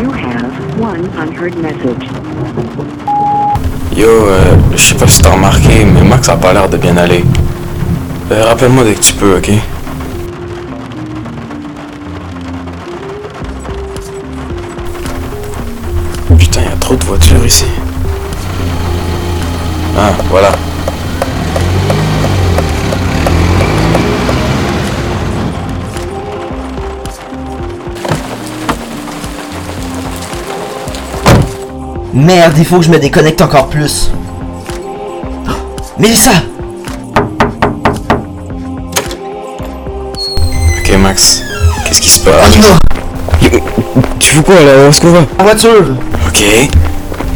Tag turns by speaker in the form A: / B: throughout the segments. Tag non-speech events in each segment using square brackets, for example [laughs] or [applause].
A: You have one unheard message.
B: Yo, euh, je sais pas si t'as remarqué, mais Max a pas l'air de bien aller. Euh, Rappelle-moi dès que tu peux, ok? Putain, y a trop de voitures ici. Ah, voilà.
C: Merde, il faut que je me déconnecte encore plus. Oh, Mélissa
B: Ok, Max. Qu'est-ce qui se passe?
C: Arrive-moi
B: Ah, Tu fais quoi là? Où est-ce qu'on va?
C: En voiture
B: Ok.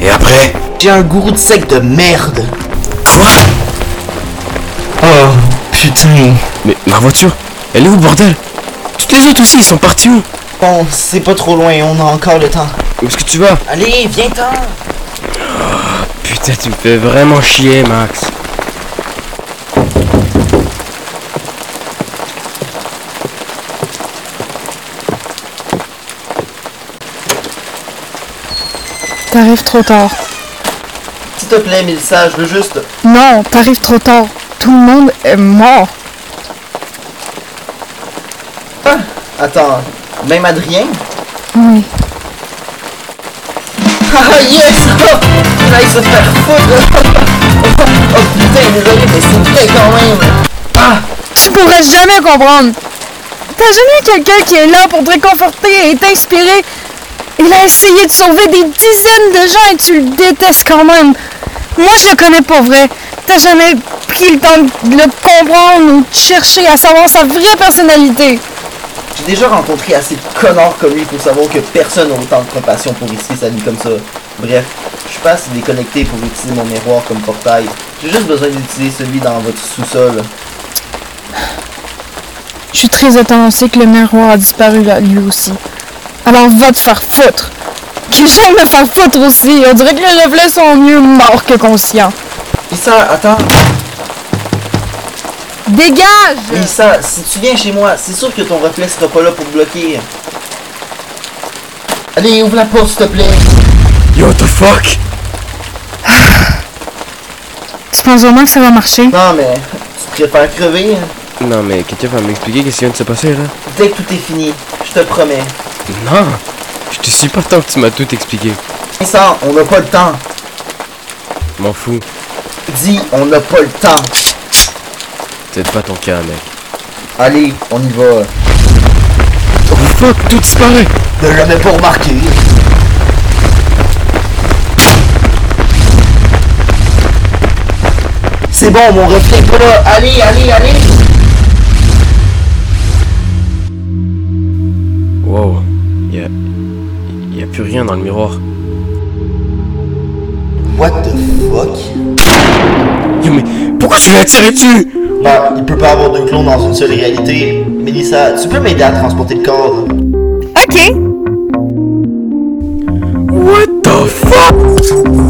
B: Et après?
C: J'ai un gourou de sec de merde
B: Quoi?
C: Oh, putain
B: Mais ma voiture, elle est où, bordel? Toutes les autres aussi, ils sont partis où?
C: Bon, c'est pas trop loin, on a encore le temps.
B: Où est-ce que tu vas?
C: Allez, viens-t'en
B: Putain, tu me fais vraiment chier, Max.
D: T'arrives trop tard.
C: S'il te plaît, Mélissa, je veux juste...
D: Non, t'arrives trop tard. Tout le monde est mort.
C: hein? Attends, même Adrien
D: Oui.
C: Ah yes [laughs] Il va se faire foutre [laughs] Oh putain, désolé, mais c'est vrai quand même Ah
D: Tu pourrais jamais comprendre. T'as jamais eu quelqu'un qui est là pour te réconforter et t'inspirer. Il a essayé de sauver des dizaines de gens et tu le détestes quand même. Moi, je le connais pour vrai. T'as jamais pris le temps de le comprendre ou de chercher à savoir sa vraie personnalité.
C: J'ai déjà rencontré assez de connards comme lui pour savoir que personne n'a autant de compassion pour risquer sa vie comme ça. Bref, je suis pas assez déconnecté pour utiliser mon miroir comme portail. J'ai juste besoin d'utiliser celui dans votre sous-sol.
D: Je suis très étonnée que le miroir a disparu là, lui aussi. Alors va te faire foutre. Que j'aime me faire foutre aussi. On dirait que les reflets sont mieux morts que conscients.
C: Lisa, attends.
D: Dégage
C: Lisa, si tu viens chez moi, c'est sûr que ton reflet sera pas là pour bloquer. Allez, ouvre la porte, s'il te plaît.
B: Yo, the fuck?
D: Tu penses vraiment que ça va marcher
C: Non, mais tu préfères crever. hein?
B: Non, mais quelqu'un va m'expliquer qu'est-ce qui vient de se passer là?
C: Dès que tout est fini, je te promets.
B: Non! Je te suis pas tant que tu m'as tout expliqué.
C: Lisa, on n'a pas le temps.
B: M'en fous.
C: Dis, on n'a pas le temps.
B: Peut-être pas ton cas, mec.
C: Allez, on y va.
B: Oh fuck, tout disparaît!
C: Ne l'avais pas remarqué. C'est bon, mon reflet est pas là. Allez, allez, allez.
B: Wow, y a, y a plus rien dans le miroir.
C: What the fuck?
B: Yo, mais pourquoi tu l'as tiré dessus?
C: Bah, il peut pas avoir deux clones dans une seule réalité. Mélissa, tu peux m'aider à transporter le corps?
D: Ok.
B: What the fuck?